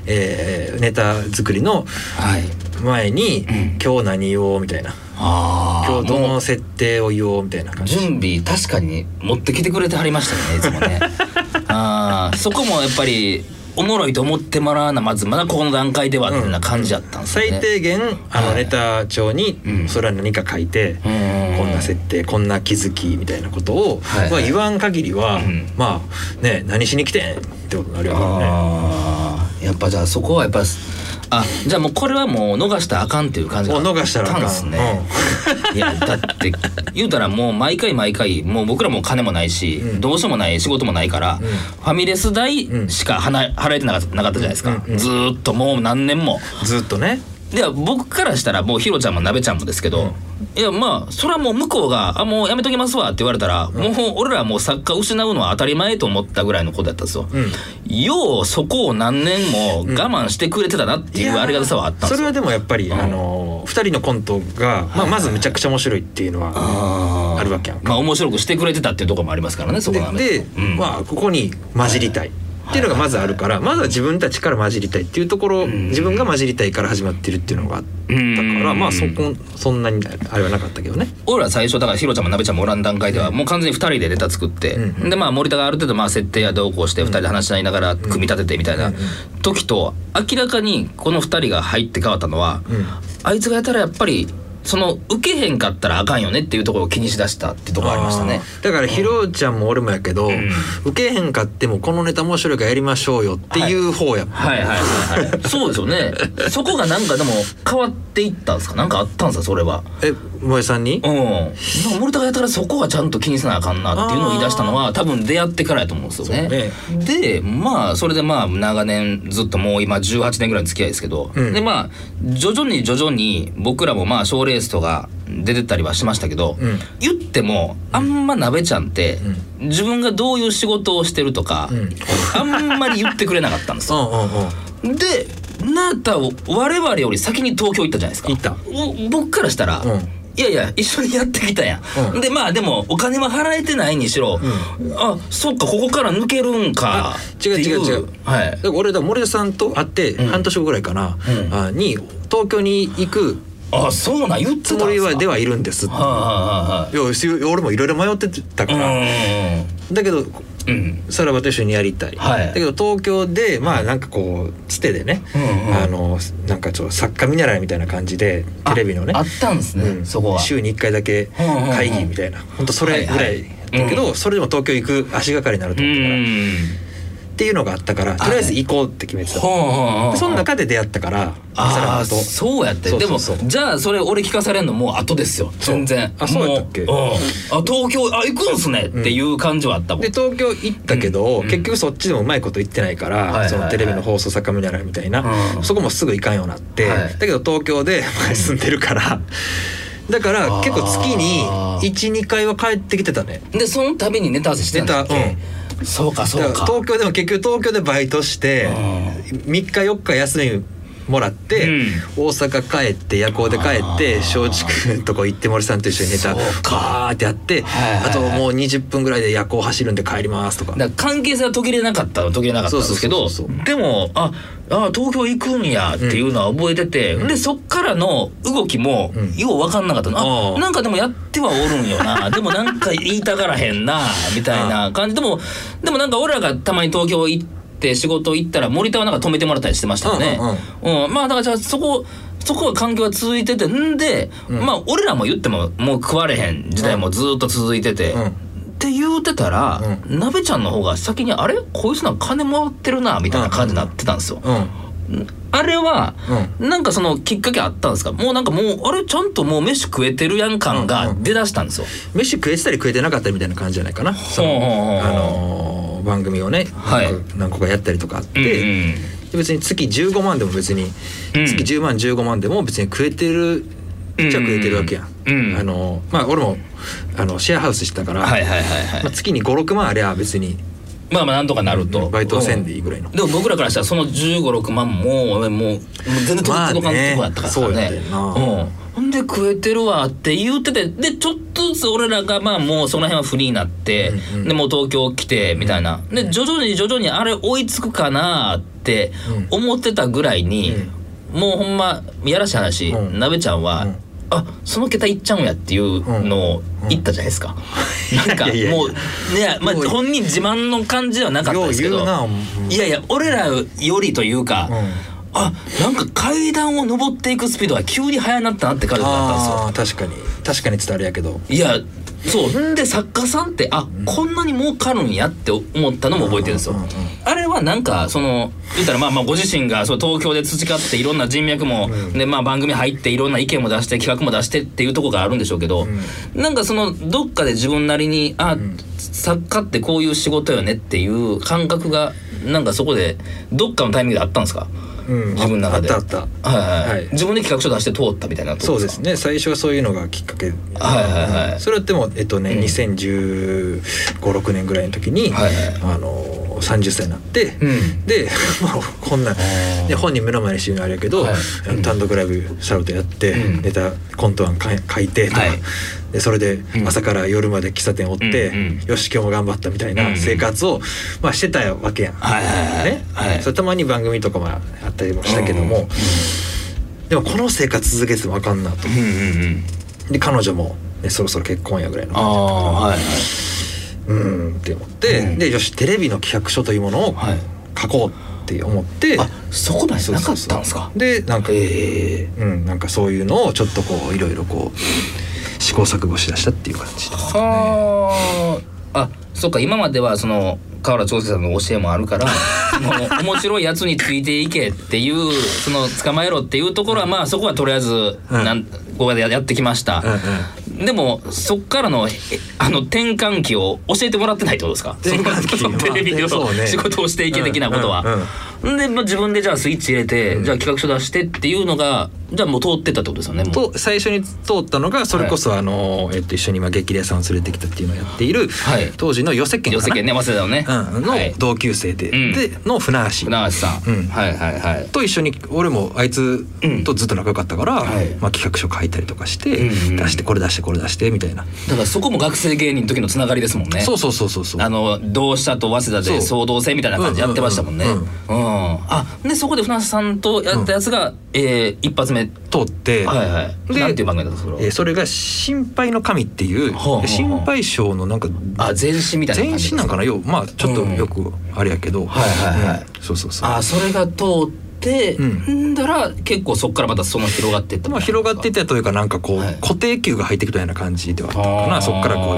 [SPEAKER 2] えーネタ作りの
[SPEAKER 1] はい
[SPEAKER 2] 前に「
[SPEAKER 1] ん
[SPEAKER 2] 今日何言おう」みたいな「
[SPEAKER 1] ああ
[SPEAKER 2] 今日どの設定を言おう」みたいな感じ
[SPEAKER 1] 準備確かに持ってきてくれてはりましたよ ねいつもねあーそこもやっぱりおもろいと思ってもらわなまずまだここの段階ではっていうような感じだったんですよね、
[SPEAKER 2] 最低限あ
[SPEAKER 1] は
[SPEAKER 2] の
[SPEAKER 1] い
[SPEAKER 2] ネタ帳に
[SPEAKER 1] うん
[SPEAKER 2] それは何か書いて、
[SPEAKER 1] うーん
[SPEAKER 2] こんな設定こんな気づきみたいなことを、
[SPEAKER 1] はい
[SPEAKER 2] まあ、言わん限りは、
[SPEAKER 1] うん
[SPEAKER 2] まあね何しに来てんってことになるよね。
[SPEAKER 1] あーやっぱじゃあそこはやっぱあじゃあもうこれはもう逃したらあかんっていう感じ
[SPEAKER 2] もう逃したらあかん
[SPEAKER 1] あったんですね、いやだって言うたらもう毎回毎回もう僕らも金もないし、
[SPEAKER 2] うん
[SPEAKER 1] どうしようもない仕事もないから、
[SPEAKER 2] うん
[SPEAKER 1] ファミレス代しか払え払えてなかったなかったじゃないですか、
[SPEAKER 2] うんうんうん
[SPEAKER 1] ずーっともう何年も
[SPEAKER 2] ずっとね
[SPEAKER 1] では僕からしたらもうヒロちゃんもなべちゃんもですけど、いやまあそれはもう向こうが「あもうやめときますわ」って言われたら、もう俺らはもう作家失うのは当たり前と思ったぐらいのことやったんですよ、ようそこを何年も我慢してくれてたなっていうありがたさはあったんで
[SPEAKER 2] そ
[SPEAKER 1] す
[SPEAKER 2] れ
[SPEAKER 1] よ、
[SPEAKER 2] はでもやっぱり、
[SPEAKER 1] うん
[SPEAKER 2] あの2人のコントが、まあ、まずめちゃくちゃ面白いっていうのは
[SPEAKER 1] あー
[SPEAKER 2] あるわけやんか
[SPEAKER 1] まあ面白くしてくれてたっていうところもありますからねそこ
[SPEAKER 2] で
[SPEAKER 1] はね
[SPEAKER 2] で、
[SPEAKER 1] うん
[SPEAKER 2] まあここに混じりたいっていうのがまずあるから、まずは自分たちから混じりたいっていうところ、
[SPEAKER 1] ん
[SPEAKER 2] 自分が混じりたいから始まってるっていうのがあったから、
[SPEAKER 1] うん
[SPEAKER 2] まあそこそんなにあれはなかったけどね。
[SPEAKER 1] 俺ら最初だからヒロちゃんも鍋ちゃんもおらん段階ではもう完全に2人でネタ作って、
[SPEAKER 2] う
[SPEAKER 1] でまあ森田がある程度まあ設定やどうこうして2人で話し合いながら組み立ててみたいな時と明らかにこの2人が入って変わったのは、
[SPEAKER 2] うん
[SPEAKER 1] あいつがやったらやっぱりその受けへんかったらあかんよねっていうところを気にしだしたっていうところありましたね。
[SPEAKER 2] あーだからひろちゃんも俺もやけど、
[SPEAKER 1] ん
[SPEAKER 2] 受けへんかってもこのネタ面白いからやりましょうよっていう方やもん、
[SPEAKER 1] はいはいはい はい。そうですよね。そこがなんかでも変わっていったんですか。なんかあったんですかそれは。
[SPEAKER 2] え萌えさんに、
[SPEAKER 1] うん。なんか森田がやったらそこはちゃんと気にせなあかんなっていうのを言い出したのは多分出会ってからやと思うんですよね。でまあそれでまあ長年ずっともう今18年ぐらいの付き合いですけど、
[SPEAKER 2] うん
[SPEAKER 1] でまあ徐々に徐々に僕らもまあ賞ーレースとか出てったりはしましたけど、
[SPEAKER 2] うん
[SPEAKER 1] 言ってもあんま鍋ちゃんって、自分がどういう仕事をしてるとか、
[SPEAKER 2] ん
[SPEAKER 1] あんまり言ってくれなかったんですよ
[SPEAKER 2] うんうんうん
[SPEAKER 1] でなたを我々より先に東京行ったじゃないですか
[SPEAKER 2] 行った
[SPEAKER 1] お僕からしたら、
[SPEAKER 2] うん
[SPEAKER 1] いやいや一緒にやってきたやん、
[SPEAKER 2] うん
[SPEAKER 1] でまあでもお金は払えてないにしろ、あそっかここから抜けるんか
[SPEAKER 2] 違う違う
[SPEAKER 1] ってい
[SPEAKER 2] 違う
[SPEAKER 1] はい
[SPEAKER 2] だから俺だから森田さんと会って
[SPEAKER 1] ん
[SPEAKER 2] 半年後ぐらいかな、
[SPEAKER 1] うん
[SPEAKER 2] あに東京に行く
[SPEAKER 1] あそうなん言ってたん
[SPEAKER 2] つ
[SPEAKER 1] すか
[SPEAKER 2] もりはで
[SPEAKER 1] は
[SPEAKER 2] はいるんです。い
[SPEAKER 1] あ、はあはあは
[SPEAKER 2] やし俺もいろいろ迷ってたか
[SPEAKER 1] あ、
[SPEAKER 2] ら、だけど
[SPEAKER 1] うん
[SPEAKER 2] さらばと一緒にやりたい、
[SPEAKER 1] はい
[SPEAKER 2] だけど東京でまあなんかこうつてでね、
[SPEAKER 1] うんうん
[SPEAKER 2] あのなんかちょっと作家見習いみたいな感じでテレビのね
[SPEAKER 1] ああったんですね、
[SPEAKER 2] うん
[SPEAKER 1] そこは
[SPEAKER 2] 週に1回だけ会議みたいな、ほんとそれぐらいだけど、
[SPEAKER 1] はいはい
[SPEAKER 2] それでも東京行く足がかりになる
[SPEAKER 1] う
[SPEAKER 2] と思ったから、っ
[SPEAKER 1] ん
[SPEAKER 2] ていうのがあったからとりあえず行こうって決めてた、
[SPEAKER 1] ほうほうほうほう
[SPEAKER 2] その中で出会ったからさら
[SPEAKER 1] あ
[SPEAKER 2] ば
[SPEAKER 1] あ
[SPEAKER 2] と
[SPEAKER 1] そうやって
[SPEAKER 2] そう
[SPEAKER 1] で
[SPEAKER 2] そ
[SPEAKER 1] も
[SPEAKER 2] うそう
[SPEAKER 1] じゃあそれ俺聞かされんのもう後ですよ
[SPEAKER 2] そう
[SPEAKER 1] 全然
[SPEAKER 2] あそうやったっけ
[SPEAKER 1] もううんあ東京あ行くんすねっていう感じはあったもん、
[SPEAKER 2] で東京行ったけど、
[SPEAKER 1] うん
[SPEAKER 2] 結局そっちでもうまいこと言ってないから、
[SPEAKER 1] いはいはい
[SPEAKER 2] そのテレビの放送作家見習いみたいな、
[SPEAKER 1] うん
[SPEAKER 2] そこもすぐ行かんようになって、
[SPEAKER 1] はい
[SPEAKER 2] だけど東京で住んでるからだから結構月に
[SPEAKER 1] あー
[SPEAKER 2] 12回は帰ってきてたね。
[SPEAKER 1] でその度にネタ合わせしてたんだっ
[SPEAKER 2] ネ
[SPEAKER 1] け、そうか
[SPEAKER 2] だ
[SPEAKER 1] そ
[SPEAKER 2] から
[SPEAKER 1] うか
[SPEAKER 2] 東京でも結局東京でバイトして3日4日休みもらって、
[SPEAKER 1] うん
[SPEAKER 2] 大阪帰って夜行で帰って
[SPEAKER 1] あー
[SPEAKER 2] 松竹のとこ行って森さんと一緒にネタ
[SPEAKER 1] そうか
[SPEAKER 2] バーってやって、
[SPEAKER 1] はいはいはい
[SPEAKER 2] あともう20分ぐらいで夜行走るんで帰りますとか。
[SPEAKER 1] だから関係性は途切れなかったのは途切れなかったんですけど
[SPEAKER 2] そうそうそう
[SPEAKER 1] でもああ東京行くんやっていうのは覚えてて、でそっからの動きも
[SPEAKER 2] うん
[SPEAKER 1] よう分かんなかったの、
[SPEAKER 2] あ
[SPEAKER 1] あ
[SPEAKER 2] あ
[SPEAKER 1] なんかでもやってはおるんよ なでもなんか言いたがらへんなみたいな感じでもでもなんか俺らがたまに東京行って仕事行ったら森田はなんか止めてもらったりしてましたよね。うんまあだからじゃあそこそこは環境が続いててんで、
[SPEAKER 2] うん
[SPEAKER 1] まあ俺らも言ってももう食われへん時代もずっと続いてて、
[SPEAKER 2] うん
[SPEAKER 1] って言うてたら、
[SPEAKER 2] う
[SPEAKER 1] なべちゃんの方が先に「あれこいつなんか金もらってるな」みたいな感じになってたんですよ。
[SPEAKER 2] うん
[SPEAKER 1] あれは、
[SPEAKER 2] う
[SPEAKER 1] なんかそのきっかけあったんですかもうなんかもうあれちゃんともう飯食えてるやん感が出だしたんですよ。
[SPEAKER 2] 飯食えてたり食えてなかったりみたいな感じじゃないかな。そ
[SPEAKER 1] ほうほうほう
[SPEAKER 2] のあのー番組をね、
[SPEAKER 1] はい
[SPEAKER 2] 何個何個かやったりとかあって、
[SPEAKER 1] うん
[SPEAKER 2] で別に月15万でも別に、
[SPEAKER 1] うん
[SPEAKER 2] 月10万15万でも別に食えてるじゃ食えてるわけやん。
[SPEAKER 1] うんうん
[SPEAKER 2] あのーまあ俺もあのシェアハウスしてたから、
[SPEAKER 1] はいはいはいはい
[SPEAKER 2] まあ、月に56万ありゃ別に
[SPEAKER 1] まあまあなんとかなると
[SPEAKER 2] バイトせんでいいぐらいの。
[SPEAKER 1] でも僕らからしたらその1 5六6万ももうもう全然届かんとこやったから
[SPEAKER 2] まあねそうや
[SPEAKER 1] ね
[SPEAKER 2] ったよな
[SPEAKER 1] うん、ほんで食えてるわって言っててでちょっとずつ俺らがまあもうその辺はフリーになって、
[SPEAKER 2] うんうん
[SPEAKER 1] でもう東京来てみたいなで徐々に徐々にあれ追いつくかなって思ってたぐらいに、もうほんまやらしい話、
[SPEAKER 2] うん
[SPEAKER 1] なべちゃんは、
[SPEAKER 2] うん
[SPEAKER 1] あその桁いっちゃうんやっていうのを言ったじゃないですか、なんか
[SPEAKER 2] いやいやいや
[SPEAKER 1] もうねまあ
[SPEAKER 2] よう
[SPEAKER 1] 本人自慢の感じではなかったですけど
[SPEAKER 2] よう言うなうん
[SPEAKER 1] いやいや俺らよりというか、
[SPEAKER 2] うん
[SPEAKER 1] あなんか階段を登っていくスピードが急に速なったなって感じだったんですよ
[SPEAKER 2] ああ確かに確かにちょっとあれやけど。
[SPEAKER 1] いやそうんで作家さんってあ、こんなに儲かるんやって思ったのも覚えてるんですよ、
[SPEAKER 2] うんうんうん
[SPEAKER 1] あれはなんかその言ったらまあまあご自身がそう東京で培っていろんな人脈も、
[SPEAKER 2] うん
[SPEAKER 1] でまあ番組入っていろんな意見も出して企画も出してっていうところがあるんでしょうけど、なんかそのどっかで自分なりにあ、作家ってこういう仕事よねっていう感覚がなんかそこでどっかのタイミングであったんですか、
[SPEAKER 2] うん
[SPEAKER 1] 自分の中で
[SPEAKER 2] あったあった
[SPEAKER 1] はいはい、
[SPEAKER 2] はい
[SPEAKER 1] 自分で企画書出して通ったみたいなとこ
[SPEAKER 2] そうで
[SPEAKER 1] か
[SPEAKER 2] すね最初はそういうのがきっかけ
[SPEAKER 1] はいはいはい
[SPEAKER 2] それはでもえっとね、
[SPEAKER 1] うん
[SPEAKER 2] 201516年ぐらいの時に、
[SPEAKER 1] はいはい
[SPEAKER 2] あの30歳になって、
[SPEAKER 1] うん
[SPEAKER 2] で もうこんな
[SPEAKER 1] ー
[SPEAKER 2] で本人目の前にしてるのあれやけど、
[SPEAKER 1] はい
[SPEAKER 2] あの単独ライブサロとやって、
[SPEAKER 1] うん
[SPEAKER 2] ネタコント案か書いてとか、
[SPEAKER 1] はい
[SPEAKER 2] でそれで
[SPEAKER 1] ん
[SPEAKER 2] 朝から夜まで喫茶店おって、
[SPEAKER 1] うんうん
[SPEAKER 2] よし今日も頑張ったみたい
[SPEAKER 1] うん
[SPEAKER 2] な生活を、まあ、してたわけやん。
[SPEAKER 1] はいはいはい
[SPEAKER 2] ね
[SPEAKER 1] はい
[SPEAKER 2] それたまに番組とかもあったりもしたけども、でもこの生活続けててもあかんなと。
[SPEAKER 1] うんうんうん
[SPEAKER 2] で彼女も、ね、そろそろ結婚やぐらい
[SPEAKER 1] あ
[SPEAKER 2] の
[SPEAKER 1] あはいはい
[SPEAKER 2] うんって思って、
[SPEAKER 1] うん
[SPEAKER 2] でよしテレビの企画書というものを
[SPEAKER 1] はい
[SPEAKER 2] 書こうって思って、
[SPEAKER 1] あそこまで
[SPEAKER 2] そう
[SPEAKER 1] なか
[SPEAKER 2] そう
[SPEAKER 1] っ
[SPEAKER 2] そう
[SPEAKER 1] たんですか
[SPEAKER 2] でなんか、
[SPEAKER 1] ええ
[SPEAKER 2] うん、なんかそういうのをちょっとこういろいろこう試行錯誤しだしたっていう感じです
[SPEAKER 1] はあ、あそっか今まではその河原長介さんの教えもあるから その面白いやつについていけっていうその捕まえろっていうところはまあそこはとりあえず
[SPEAKER 2] うん
[SPEAKER 1] なんここでややってきました、でもそっからのえあの転換期を教えてもらってないってことですか
[SPEAKER 2] 転換期
[SPEAKER 1] その
[SPEAKER 2] まあ
[SPEAKER 1] テレビの
[SPEAKER 2] そうね
[SPEAKER 1] 仕事をしていけ的なことは。で、まあ、自分でじゃあスイッチ入れて、じゃあ企画書出してっていうのがじゃあもう通ってったってことですよねもう
[SPEAKER 2] と最初に通ったのがそれこそ、あのえっと、一緒に今激レさんを連れてきたっていうのをやっている、
[SPEAKER 1] はい
[SPEAKER 2] 当時の寄席県
[SPEAKER 1] 寄
[SPEAKER 2] か
[SPEAKER 1] せ
[SPEAKER 2] な
[SPEAKER 1] 家ね早稲田のね、
[SPEAKER 2] うん、の
[SPEAKER 1] はい
[SPEAKER 2] 同級生で,、
[SPEAKER 1] うん
[SPEAKER 2] での船橋
[SPEAKER 1] 船橋さん、
[SPEAKER 2] うん
[SPEAKER 1] はいはいはい
[SPEAKER 2] と一緒に俺もあいつとずっと仲良かったから、
[SPEAKER 1] はい
[SPEAKER 2] まあ、企画書書いたりとかして、
[SPEAKER 1] うんうん
[SPEAKER 2] 出してこれ出してこれ出してみたいな、
[SPEAKER 1] だからそこも学生芸人の時のつながりですもんね
[SPEAKER 2] そうそうそうそうそう
[SPEAKER 1] あの同志社と早稲田で
[SPEAKER 2] そう
[SPEAKER 1] 総動性みたいな感じやってましたもんね
[SPEAKER 2] うんうんうんうん
[SPEAKER 1] あでそこで船瀬さんとやったやつが、えー一発目
[SPEAKER 2] 通って、
[SPEAKER 1] はいはい
[SPEAKER 2] で
[SPEAKER 1] なんていう番組だったんですか
[SPEAKER 2] えーそれが「心配の神」っていう
[SPEAKER 1] はあはあはあ
[SPEAKER 2] 心配性のなんか
[SPEAKER 1] あ全身みたいな
[SPEAKER 2] 全
[SPEAKER 1] 感じ
[SPEAKER 2] 身なんかなようまあちょっと
[SPEAKER 1] うん
[SPEAKER 2] よくあれやけど、
[SPEAKER 1] はいはいはい
[SPEAKER 2] うんそうそうそう
[SPEAKER 1] あそれが通って、、
[SPEAKER 2] うん
[SPEAKER 1] だら結構そこからまたその広がってった
[SPEAKER 2] まあ広がってたというかなんかこう、
[SPEAKER 1] はい
[SPEAKER 2] 固定給が入ってきたような感じではあったか
[SPEAKER 1] あー
[SPEAKER 2] なそこからこう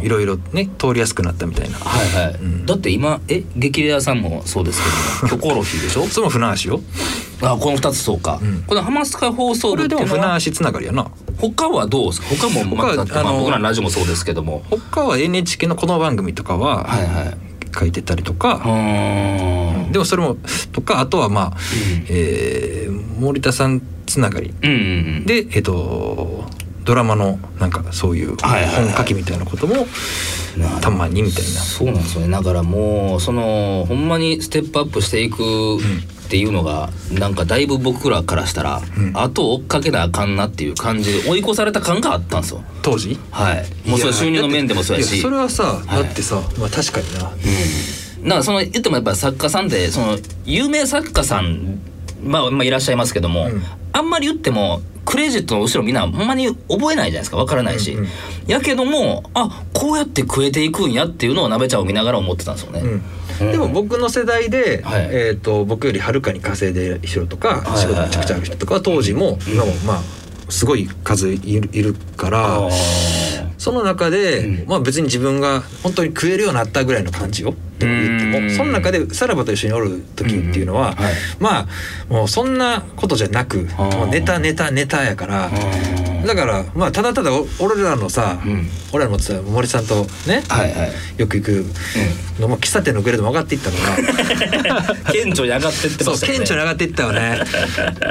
[SPEAKER 2] こういろいろね通りやすくなったみたいな
[SPEAKER 1] はいはい、
[SPEAKER 2] ん
[SPEAKER 1] だって今え激レアさんもそうですけ どもキョコロヒーでしょ
[SPEAKER 2] それも船橋よ
[SPEAKER 1] あこの2つそうか、
[SPEAKER 2] うん
[SPEAKER 1] このハマスカ放送
[SPEAKER 2] こ
[SPEAKER 1] 部っ
[SPEAKER 2] れ
[SPEAKER 1] て
[SPEAKER 2] で
[SPEAKER 1] い
[SPEAKER 2] も
[SPEAKER 1] うのは
[SPEAKER 2] 船橋つながりやな
[SPEAKER 1] 他はどうですか他もま
[SPEAKER 2] 他
[SPEAKER 1] た
[SPEAKER 2] はあ
[SPEAKER 1] まあ、
[SPEAKER 2] の
[SPEAKER 1] 僕らのラジオもそうですけども
[SPEAKER 2] 他は NHK のこの番組とか
[SPEAKER 1] はい
[SPEAKER 2] は
[SPEAKER 1] はい
[SPEAKER 2] 書いてたりとか、
[SPEAKER 1] うーん
[SPEAKER 2] でもそれもとかあとはまあ、えー森田さんつながり
[SPEAKER 1] うんうんうん
[SPEAKER 2] でえっとドラマのなんかそういう
[SPEAKER 1] はいはいはい
[SPEAKER 2] 本書きみたいなこともたまにみたいな
[SPEAKER 1] そうなんですよねだからもうそのほんまにステップアップしていくっていうのが、なんかだいぶ僕らからしたら、
[SPEAKER 2] うん
[SPEAKER 1] 後を追っかけなあかんなっていう感じで追い越された感があったんですよ
[SPEAKER 2] 当時
[SPEAKER 1] はいもうそれ収入の面でもそうや
[SPEAKER 2] い
[SPEAKER 1] し
[SPEAKER 2] それはさ、
[SPEAKER 1] はい
[SPEAKER 2] だってさ、まあ、確かにな
[SPEAKER 1] うんなんかその言ってもやっぱ作家さんってその有名作家さん、まあ、まあいらっしゃいますけども、
[SPEAKER 2] うん
[SPEAKER 1] あんまり言ってもクレジットの後ろみんなほんまに覚えないじゃないですかわからないし、
[SPEAKER 2] うんうん
[SPEAKER 1] やけどもあこうやって食えていくんやっていうのを鍋ちゃんを見ながら思ってたんですよね。
[SPEAKER 2] うんでも僕の世代で、
[SPEAKER 1] はい
[SPEAKER 2] えー、と僕よりはるかに稼いでる人とか、
[SPEAKER 1] はい
[SPEAKER 2] 仕事めちゃくちゃある人とかは当時も今もまあすごい数いるいるから、
[SPEAKER 1] あー
[SPEAKER 2] その中で、
[SPEAKER 1] うん
[SPEAKER 2] まあ別に自分が本当に食えるようになったぐらいの感じをと言って
[SPEAKER 1] うん
[SPEAKER 2] もその中でさらばと一緒におる時っていうのは、
[SPEAKER 1] うんはい
[SPEAKER 2] まあもうそんなことじゃなく
[SPEAKER 1] あー
[SPEAKER 2] もうネタネタネタやからだからまあただただお俺らのさ、
[SPEAKER 1] うん
[SPEAKER 2] 俺らもさ森さんとね
[SPEAKER 1] はいはい。
[SPEAKER 2] よく行くのも喫茶店のグレードも上がっていった のが
[SPEAKER 1] 顕著に上がってって
[SPEAKER 2] そ
[SPEAKER 1] ま
[SPEAKER 2] う
[SPEAKER 1] したよ
[SPEAKER 2] 顕
[SPEAKER 1] ね。
[SPEAKER 2] 著に上がっていった よね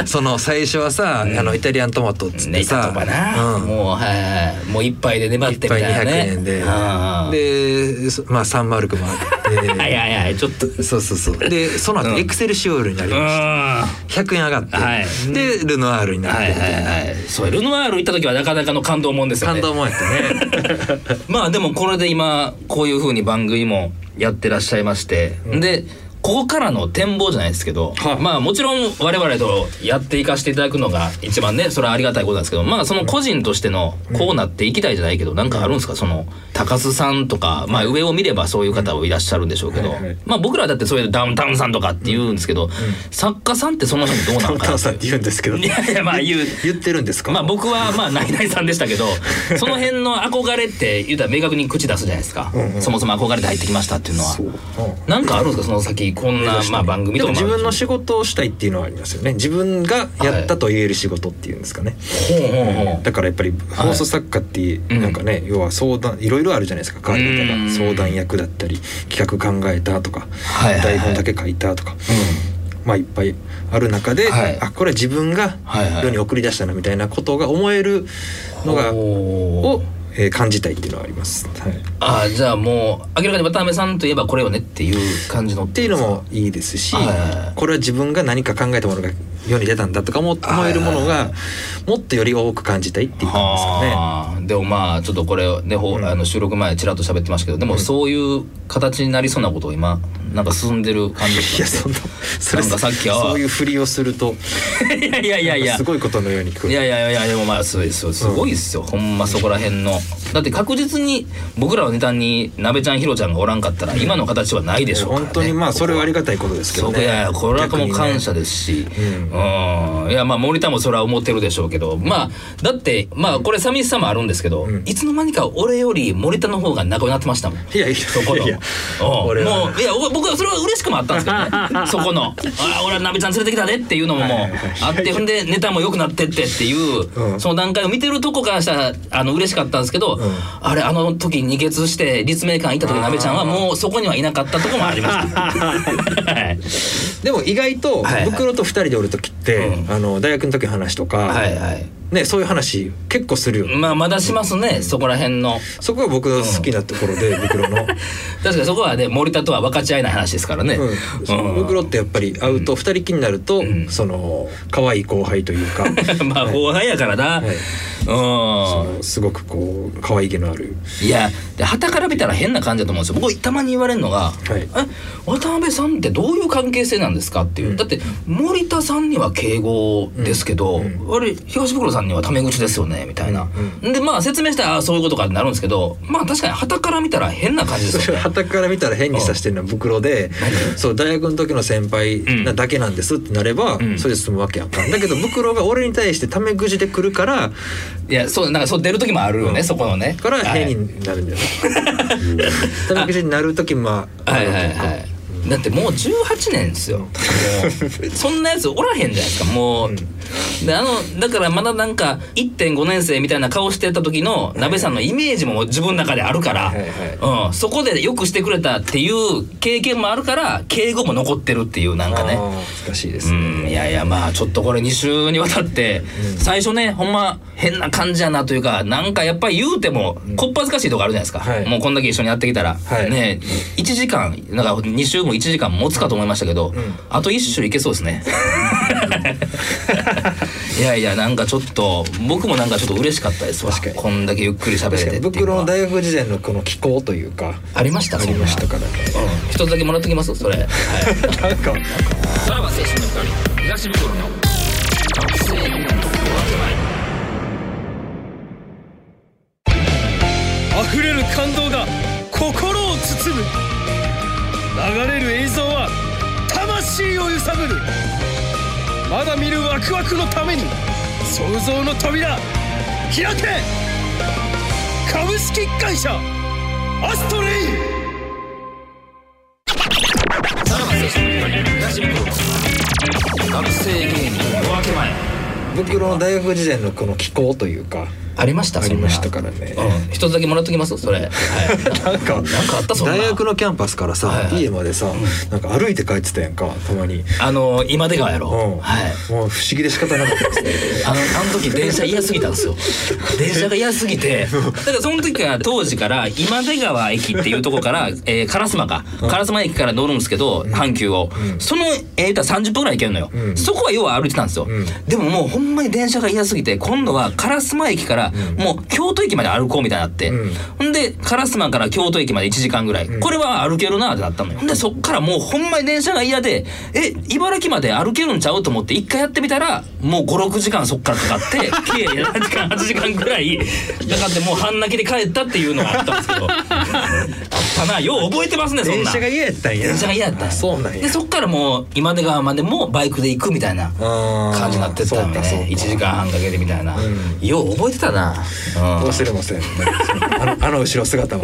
[SPEAKER 2] その最初はさ、あのイタリアントマトっつっ
[SPEAKER 1] ね
[SPEAKER 2] て
[SPEAKER 1] いた
[SPEAKER 2] さ
[SPEAKER 1] と、かな、
[SPEAKER 2] うん
[SPEAKER 1] もうはいはいもう一杯で粘ってみ
[SPEAKER 2] 一
[SPEAKER 1] た
[SPEAKER 2] 杯
[SPEAKER 1] いなね。
[SPEAKER 2] 200円で
[SPEAKER 1] あー
[SPEAKER 2] でそまあサンマルクもあっ
[SPEAKER 1] はい
[SPEAKER 2] て
[SPEAKER 1] はいはいちょっと。う
[SPEAKER 2] そうそうそうでその
[SPEAKER 1] う
[SPEAKER 2] 後
[SPEAKER 1] ん
[SPEAKER 2] エクセルシオールになりま
[SPEAKER 1] ん。
[SPEAKER 2] した100円上がって、
[SPEAKER 1] はい
[SPEAKER 2] でルノアールになっ
[SPEAKER 1] は
[SPEAKER 2] て
[SPEAKER 1] い
[SPEAKER 2] みた
[SPEAKER 1] はい
[SPEAKER 2] いな、
[SPEAKER 1] はい。そうルノワール行った時はなかなかの感動もんですよね。
[SPEAKER 2] 感動もんやったね
[SPEAKER 1] まあでもこれで今こういう風に番組もやってらっしゃいまして、でここからの展望じゃないですけど、
[SPEAKER 2] はい
[SPEAKER 1] まあもちろん我々とやっていかせていただくのが一番ねそれはありがたいことなんですけどまあその個人としてのこうなっていきたいじゃないけどなんかあるんですかその高須さんとかまあ上を見ればそういう方もいらっしゃるんでしょうけど、
[SPEAKER 2] はいはい
[SPEAKER 1] まあ僕らだってそういうダウンタウンさんとかって言うんですけど、作家さんってその辺どうな
[SPEAKER 2] タ
[SPEAKER 1] の
[SPEAKER 2] ン
[SPEAKER 1] かなっ
[SPEAKER 2] タン
[SPEAKER 1] て
[SPEAKER 2] さんって言うんですけど
[SPEAKER 1] いやいやまあ言う
[SPEAKER 2] 言ってるんですか、
[SPEAKER 1] まあ僕はまあナイナイさんでしたけ どその辺の憧れって言うたら明確に口出すじゃないですか、
[SPEAKER 2] うんうん
[SPEAKER 1] そもそも憧れて入ってきましたっていうのは
[SPEAKER 2] そううん
[SPEAKER 1] なんかあるんですかその先こんなまあ番組
[SPEAKER 2] で
[SPEAKER 1] と
[SPEAKER 2] も
[SPEAKER 1] かもある
[SPEAKER 2] 自分の仕事をしたいっていうのはありますよね自分がやったと言える仕事っていうんですかね、
[SPEAKER 1] ほうほうほう
[SPEAKER 2] だからやっぱり
[SPEAKER 1] い
[SPEAKER 2] 放送作家ってなんかね、要は相談いろいろあるじゃないですか変わり
[SPEAKER 1] う
[SPEAKER 2] 方
[SPEAKER 1] ん
[SPEAKER 2] が相談役だったり企画考えたとか、
[SPEAKER 1] はいはいはい
[SPEAKER 2] 台本だけ書いたとか、まあいっぱいある中で、
[SPEAKER 1] はい
[SPEAKER 2] あこれは自分が
[SPEAKER 1] はいはい
[SPEAKER 2] 世に送り出したなみたいなことが思えるのが、
[SPEAKER 1] ほ
[SPEAKER 2] を
[SPEAKER 1] う、
[SPEAKER 2] えー感じたいっていうのはあります。はい
[SPEAKER 1] ああじゃあもう明らかに渡辺さんといえばこれよねっていう感じのっ
[SPEAKER 2] っていうのもいいですし、
[SPEAKER 1] はい
[SPEAKER 2] これは自分が何か考えたものが世に出たんだとか思思えるものがもっとより多く感じたいっていう感じですかね。
[SPEAKER 1] はあでもまあちょっとこれね、ほうあの収録前ちらっと喋ってましたけどでもそういう形になりそうなことを今なんか進んでる感じが
[SPEAKER 2] いやそんなそれ
[SPEAKER 1] なんかさっきは
[SPEAKER 2] そういうふりをすると
[SPEAKER 1] いやいやいやいや
[SPEAKER 2] すごいことのように聞こ
[SPEAKER 1] い
[SPEAKER 2] える
[SPEAKER 1] やいやいやでもまあすごいですよすごいっすよ、ほんまそこら辺のだって確実に僕らのネタになべちゃんひろちゃんがおらんかったら今の形はないでしょうから、ね、
[SPEAKER 2] 本当にまあそれはありがたいことですけ
[SPEAKER 1] そ
[SPEAKER 2] ど
[SPEAKER 1] ういやい
[SPEAKER 2] ね
[SPEAKER 1] や。これはもう感謝
[SPEAKER 2] で。
[SPEAKER 1] ですし、う、
[SPEAKER 2] うん
[SPEAKER 1] いやまあ森田もそれは思ってるでしょうけどまあだってまあこれ寂しさもあるんですけど、
[SPEAKER 2] うん
[SPEAKER 1] いつの間にか俺より森田の方が仲良くなってましたもん
[SPEAKER 2] いやいや
[SPEAKER 1] そこ
[SPEAKER 2] い
[SPEAKER 1] の
[SPEAKER 2] やいや
[SPEAKER 1] うん
[SPEAKER 2] 俺は
[SPEAKER 1] もういやお僕はそれは嬉しくもあったんです けどねそこの「ああ俺はなべちゃん連れてきたで」っていうのももう
[SPEAKER 2] はいはいはい
[SPEAKER 1] あってほんでネタも良くなってってっていう、
[SPEAKER 2] うん
[SPEAKER 1] その段階を見てるとこからしたらあの嬉しかったんですけど、
[SPEAKER 2] ん
[SPEAKER 1] あれあの時二血して立命館行った時なべちゃんはもうそこにはいなかったとこもありました。 はい
[SPEAKER 2] でも意外と
[SPEAKER 1] はいはい
[SPEAKER 2] 袋と二人でおる時って、
[SPEAKER 1] うん
[SPEAKER 2] あの大学の時の話とか、
[SPEAKER 1] はいはい。
[SPEAKER 2] ねそういう話結構するよね、
[SPEAKER 1] まあまだしますね、そこら辺の
[SPEAKER 2] そこが僕の好きなところで、ブクロの。
[SPEAKER 1] 確かにそこはね森田とは分かち合えない話ですからね、
[SPEAKER 2] うん、そのブクロってやっぱり会うと二人きりになると、
[SPEAKER 1] ん
[SPEAKER 2] その可愛い後輩 というか
[SPEAKER 1] まあ後輩やからな、
[SPEAKER 2] はいそ
[SPEAKER 1] うん
[SPEAKER 2] のすごくこう可愛げのある
[SPEAKER 1] いやで旗から見たら変な感じだと思うんですよ僕たまに言われるのが「
[SPEAKER 2] はい
[SPEAKER 1] え渡辺さんってどういう関係性なんですか?」っていう、
[SPEAKER 2] うん
[SPEAKER 1] だって森田さんには敬語ですけど、
[SPEAKER 2] うん
[SPEAKER 1] あれ東袋さんにはタメ口ですよねみたいな、
[SPEAKER 2] う
[SPEAKER 1] でまあ説明したらあそういうことかってなるんですけどまあ確かに旗から見たら変な感じです
[SPEAKER 2] そ
[SPEAKER 1] よ
[SPEAKER 2] れ
[SPEAKER 1] ね
[SPEAKER 2] は。たから見たら変にさしてるのはブクロで、そう大学の時の先輩なだけなんですってなれば、
[SPEAKER 1] ん
[SPEAKER 2] それで済むわけやんかだけどブクロが俺に対してタメ口で来るから
[SPEAKER 1] いやそうなんかそう出る時もあるよね、
[SPEAKER 2] うん
[SPEAKER 1] そこのね。
[SPEAKER 2] から変
[SPEAKER 1] はい
[SPEAKER 2] になるんじゃない、 タメ口になる時もまあ
[SPEAKER 1] はいはい
[SPEAKER 2] あるとうか
[SPEAKER 1] はい。だってもう18年ですよ。 もうそんなやつおらへんじゃないですか。もう、であのだからまだなんか1.5年生みたいな顔してた時の鍋さんのイメージも自分の中であるから、
[SPEAKER 2] はいはい
[SPEAKER 1] うんそこでよくしてくれたっていう経験もあるから敬語も残ってるっていうなんかね。
[SPEAKER 2] あー難しいで
[SPEAKER 1] う
[SPEAKER 2] すね、
[SPEAKER 1] んいやいやまあちょっとこれ2週にわたって最初ねほんま変な感じやなというかなんかやっぱり言うてもこっぱずかしいとこあるじゃないですか、
[SPEAKER 2] はい
[SPEAKER 1] もうこんだけ一緒にやってきたら、
[SPEAKER 2] はい
[SPEAKER 1] ね1時間なんか2週も1時間持つかと思いましたけど、あと1週いけそうですね いやいやなんかちょっと僕もなんかちょっと嬉しかったですわ
[SPEAKER 2] 確かに
[SPEAKER 1] こんだけゆっくり喋れ
[SPEAKER 2] 確か
[SPEAKER 1] て
[SPEAKER 2] に
[SPEAKER 1] って
[SPEAKER 2] ブ
[SPEAKER 1] い
[SPEAKER 2] ク
[SPEAKER 1] うの
[SPEAKER 2] ロ
[SPEAKER 1] は
[SPEAKER 2] の大学時代のこの気候というか
[SPEAKER 1] ありました
[SPEAKER 2] ありましたからね
[SPEAKER 1] そんなうん一つだけもらってきますそれ、はい
[SPEAKER 2] なんか
[SPEAKER 1] さらば青春の光東袋の学生ユニット
[SPEAKER 3] 溢れる感動が心を包む流れる映像は魂を揺さぶるまだ見るワクワクのために想像の扉開け株式会社アストレイ
[SPEAKER 1] 学生芸人夜明け前
[SPEAKER 2] ブクロの大学時代のこの気候というか
[SPEAKER 1] ありました
[SPEAKER 2] ありましたからね
[SPEAKER 1] そんなうん一つだけもらっときますそれ、はい、
[SPEAKER 2] なんか
[SPEAKER 1] なんかあったそんな
[SPEAKER 2] 大学のキャンパスからさ、
[SPEAKER 1] はいはい
[SPEAKER 2] 家までさ、なんか歩いて帰ってたやんかたまに、
[SPEAKER 1] あの今出川やろ、
[SPEAKER 2] うん
[SPEAKER 1] はい
[SPEAKER 2] もう不思議で仕方なかったですね
[SPEAKER 1] あのあの時電車嫌すぎたん ですよ電車が嫌すぎてだからその時は当時から今出川駅っていうとこから、 えー、烏丸か烏丸駅から乗るんですけど阪急を、そのえー、と30分ぐらい行けるのよ、
[SPEAKER 2] うん
[SPEAKER 1] そこは要は歩いてたんですよ、
[SPEAKER 2] ん
[SPEAKER 1] でももうほんまに電車が嫌すぎて今度は烏丸駅からもう京都駅まで歩こうみたいになって、
[SPEAKER 2] うん
[SPEAKER 1] ほんで烏丸から京都駅まで1時間ぐらい、これは歩けるなってなったのよほんでそっからもうほんまに電車が嫌でえ茨城まで歩けるんちゃうと思って一回やってみたらもう56時間そっからかかって 計7時間8時間ぐらいかかってもう半泣きで帰ったっていうのがあったんですけどあったなよう覚えてますね そん
[SPEAKER 2] 電
[SPEAKER 1] な
[SPEAKER 2] 車が嫌やったんや
[SPEAKER 1] 電車が嫌だったん
[SPEAKER 2] あ
[SPEAKER 1] や
[SPEAKER 2] そうなんや
[SPEAKER 1] でそっからもう今出川までもバイクで行くみたいな
[SPEAKER 2] あー
[SPEAKER 1] 感じになってったよ
[SPEAKER 2] そうかそう
[SPEAKER 1] ね
[SPEAKER 2] か
[SPEAKER 1] 1時間半かけてみたいな、
[SPEAKER 2] う
[SPEAKER 1] よう覚えてたな、うん
[SPEAKER 2] 忘れません、ね、あのあ の後ろ 姿は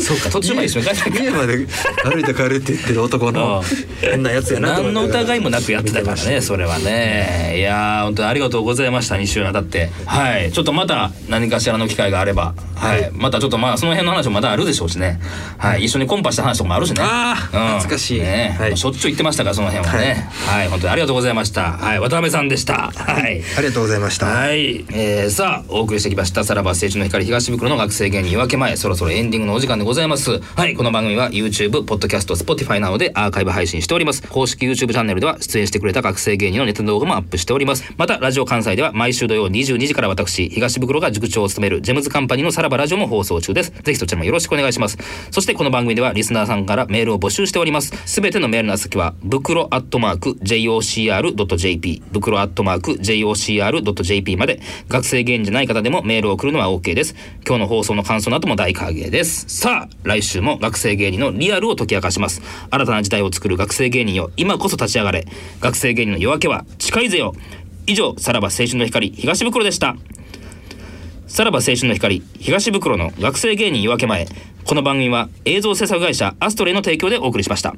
[SPEAKER 1] そうか途中まで一緒に帰ったけど
[SPEAKER 2] 家まで歩いて帰るって言ってる男
[SPEAKER 1] ああ
[SPEAKER 2] の変なやつやなと 思
[SPEAKER 1] 何
[SPEAKER 2] って
[SPEAKER 1] の疑いもなくやってたから
[SPEAKER 2] 見ま
[SPEAKER 1] ね
[SPEAKER 2] し
[SPEAKER 1] それはねいやー本当にありがとうございました2週にわたってはいちょっとまた何かしらの機会があればはい、またちょっとまあその辺の話もまだあるでしょうしねはい一緒にコンパした話とかもあるしね
[SPEAKER 2] あー懐かしい
[SPEAKER 1] ね
[SPEAKER 2] はい
[SPEAKER 1] しょっちゅう言ってましたからその辺はねはい、本当にありがとうございましたはい渡辺さんでしたはい
[SPEAKER 2] ありがとうございました
[SPEAKER 1] はい、えー、さあお送りしてきましたさらば青春の光東袋の学生芸人夜明け前そろそろエンディングのお時間でございますはいこの番組は YouTube ポッドキャスト Spotify などでアーカイブ配信しております公式 YouTube チャンネルでは出演してくれた学生芸人のネタ動画もアップしておりますまたラジオ関西では毎週土曜22時から私東袋が塾長を務めるジェムズカンパニーのさらばラジオも放送中ですぜひそちらもよろしくお願いしますそしてこの番組ではリスナーさんからメールを募集しておりますすべてのメールの宛先は袋アットマーク JOCR.jp 袋アットマーク JOCR.jp まで学生芸人じゃない方でもメールを送るのは OK です今日の放送の感想なども大歓迎ですさあ来週も学生芸人のリアルを解き明かします新たな時代を作る学生芸人よ今こそ立ち上がれ学生芸人の夜明けは近いぜよ以上さらば青春の光東袋でしたさらば青春の光東袋の学生芸人夜明け前この番組は映像制作会社アストレイの提供でお送りしました